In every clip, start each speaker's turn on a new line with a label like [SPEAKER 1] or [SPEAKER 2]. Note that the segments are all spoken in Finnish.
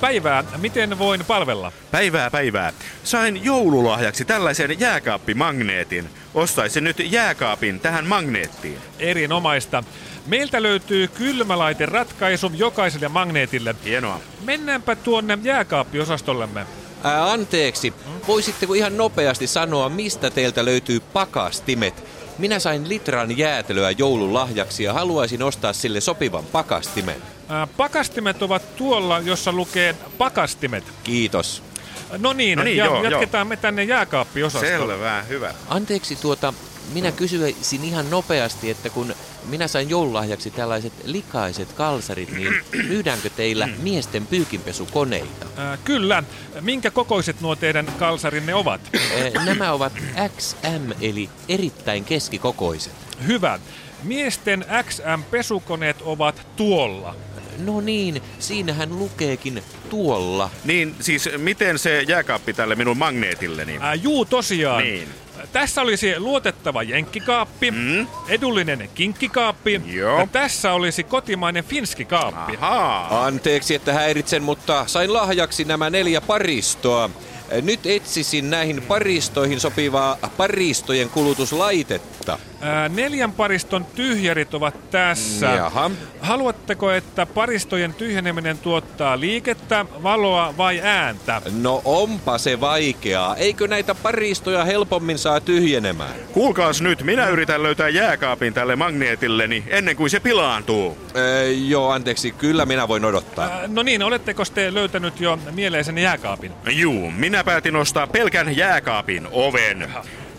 [SPEAKER 1] Päivää. Miten voin palvella?
[SPEAKER 2] Päivää päivää. Sain joululahjaksi tällaisen jääkaappimagneetin. Ostaisin nyt jääkaapin tähän magneettiin.
[SPEAKER 1] Erinomaista. Meiltä löytyy kylmälaite ratkaisu jokaiselle magneetille.
[SPEAKER 2] Hienoa.
[SPEAKER 1] Mennäänpä tuonne jääkaappiosastollemme.
[SPEAKER 3] Ää, anteeksi, voisitteko ihan nopeasti sanoa, mistä teiltä löytyy pakastimet? Minä sain litran jäätelöä joulun lahjaksi ja haluaisin ostaa sille sopivan pakastimen.
[SPEAKER 1] Ää, Pakastimet ovat tuolla, jossa lukee pakastimet.
[SPEAKER 3] Kiitos.
[SPEAKER 1] No niin,
[SPEAKER 2] No niin,
[SPEAKER 1] ja
[SPEAKER 2] joo, joo.
[SPEAKER 1] jatketaan me tänne jääkaappiosastolle.
[SPEAKER 2] Selvä, hyvä.
[SPEAKER 3] Anteeksi tuota, minä kysyisin ihan nopeasti, että kun minä sain joululahjaksi tällaiset likaiset kalsarit, niin myydäänkö teillä miesten pyykinpesukoneita?
[SPEAKER 1] Ää, Kyllä. Minkä kokoiset nuo teidän kalsarinne ovat?
[SPEAKER 3] Ää, Nämä ovat XM eli erittäin keskikokoiset.
[SPEAKER 1] Hyvä. Miesten XM-pesukoneet ovat tuolla.
[SPEAKER 3] No niin, siinähän lukeekin tuolla.
[SPEAKER 2] Niin siis miten se jääkaappi tälle minun magneetilleni?
[SPEAKER 1] Ää, juu, tosiaan.
[SPEAKER 2] Niin.
[SPEAKER 1] Tässä olisi luotettava jenkkikaappi, mm? edullinen kinkkikaappi
[SPEAKER 2] Joo.
[SPEAKER 1] ja tässä olisi kotimainen finskikaappi.
[SPEAKER 2] Ahaa.
[SPEAKER 3] Anteeksi, että häiritsen, mutta sain lahjaksi nämä neljä paristoa. Nyt etsisin näihin paristoihin sopivaa paristojen kulutuslaitetta.
[SPEAKER 1] Ää, neljän pariston tyhjärit ovat tässä.
[SPEAKER 3] Jaha.
[SPEAKER 1] Haluatteko, että paristojen tyhjeneminen tuottaa liikettä, valoa vai ääntä?
[SPEAKER 3] No onpa se vaikeaa. Eikö näitä paristoja helpommin saa tyhjenemään?
[SPEAKER 2] Kuulkaas nyt, minä yritän löytää jääkaapin tälle magneetilleni ennen kuin se pilaantuu.
[SPEAKER 3] Öö, joo, anteeksi. Kyllä minä voin odottaa.
[SPEAKER 1] Ää, No niin, oletteko te löytänyt jo mieleisen jääkaapin?
[SPEAKER 2] Juu, minä päätin ostaa pelkän jääkaapin oven.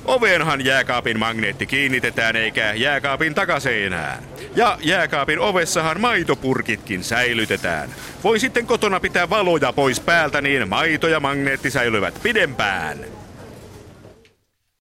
[SPEAKER 2] Oveenhan jääkaapin magneetti kiinnitetään eikä jääkaapin takaseinään. Ja jääkaapin ovessahan maitopurkitkin säilytetään. Voi sitten kotona pitää valoja pois päältä, niin maito ja magneetti säilyvät pidempään.